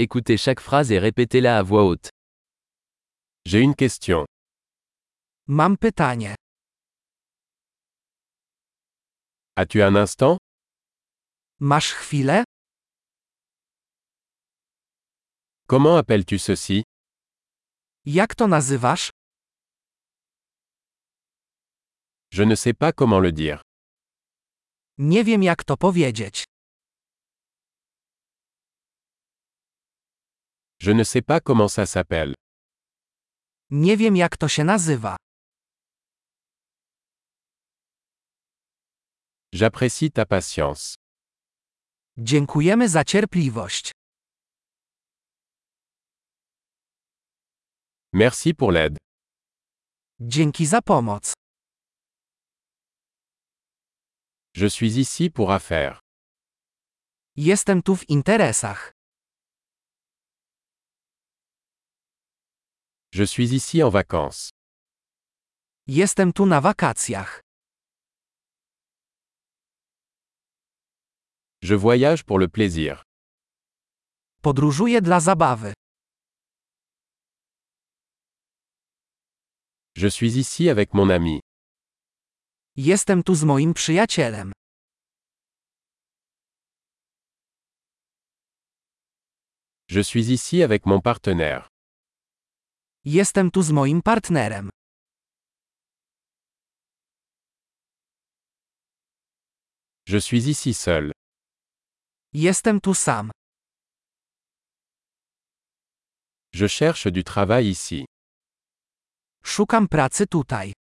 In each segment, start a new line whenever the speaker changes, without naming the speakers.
Écoutez chaque phrase et répétez-la à voix haute.
J'ai une question.
Mam pytanie.
As-tu un instant
Masz chwilę?
Comment appelles-tu ceci
Jak to nazywasz?
Je ne sais pas comment le dire.
Nie wiem jak to powiedzieć.
Je ne sais pas comment ça s'appelle.
Nie wiem jak to się nazywa.
J'apprécie ta patience.
Dziękujemy za cierpliwość.
Merci pour l'aide.
Dzięki za pomoc.
Je suis ici pour affaires.
Jestem tu w interesach.
Je suis ici en vacances.
Jestem tu na wakacjach.
Je voyage pour le plaisir.
Podróżuję dla zabawy.
Je suis ici avec mon ami.
Jestem tu z moim przyjacielem.
Je suis ici avec mon partenaire.
Jestem tu z moim partnerem.
Je suis ici seul.
Jestem tu sam.
Je cherche du travail ici.
Szukam pracy tutaj.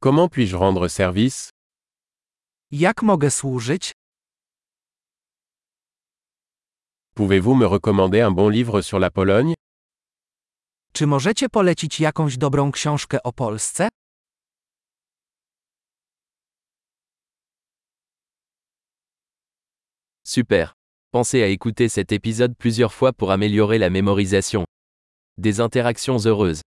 Comment puis-je rendre service
Jak mogę służyć?
Pouvez-vous me recommander un bon livre sur la Pologne
Czy możecie polecić jakąś dobrą książkę o Polsce?
Super. Pensez à écouter cet épisode plusieurs fois pour améliorer la mémorisation. Des interactions heureuses.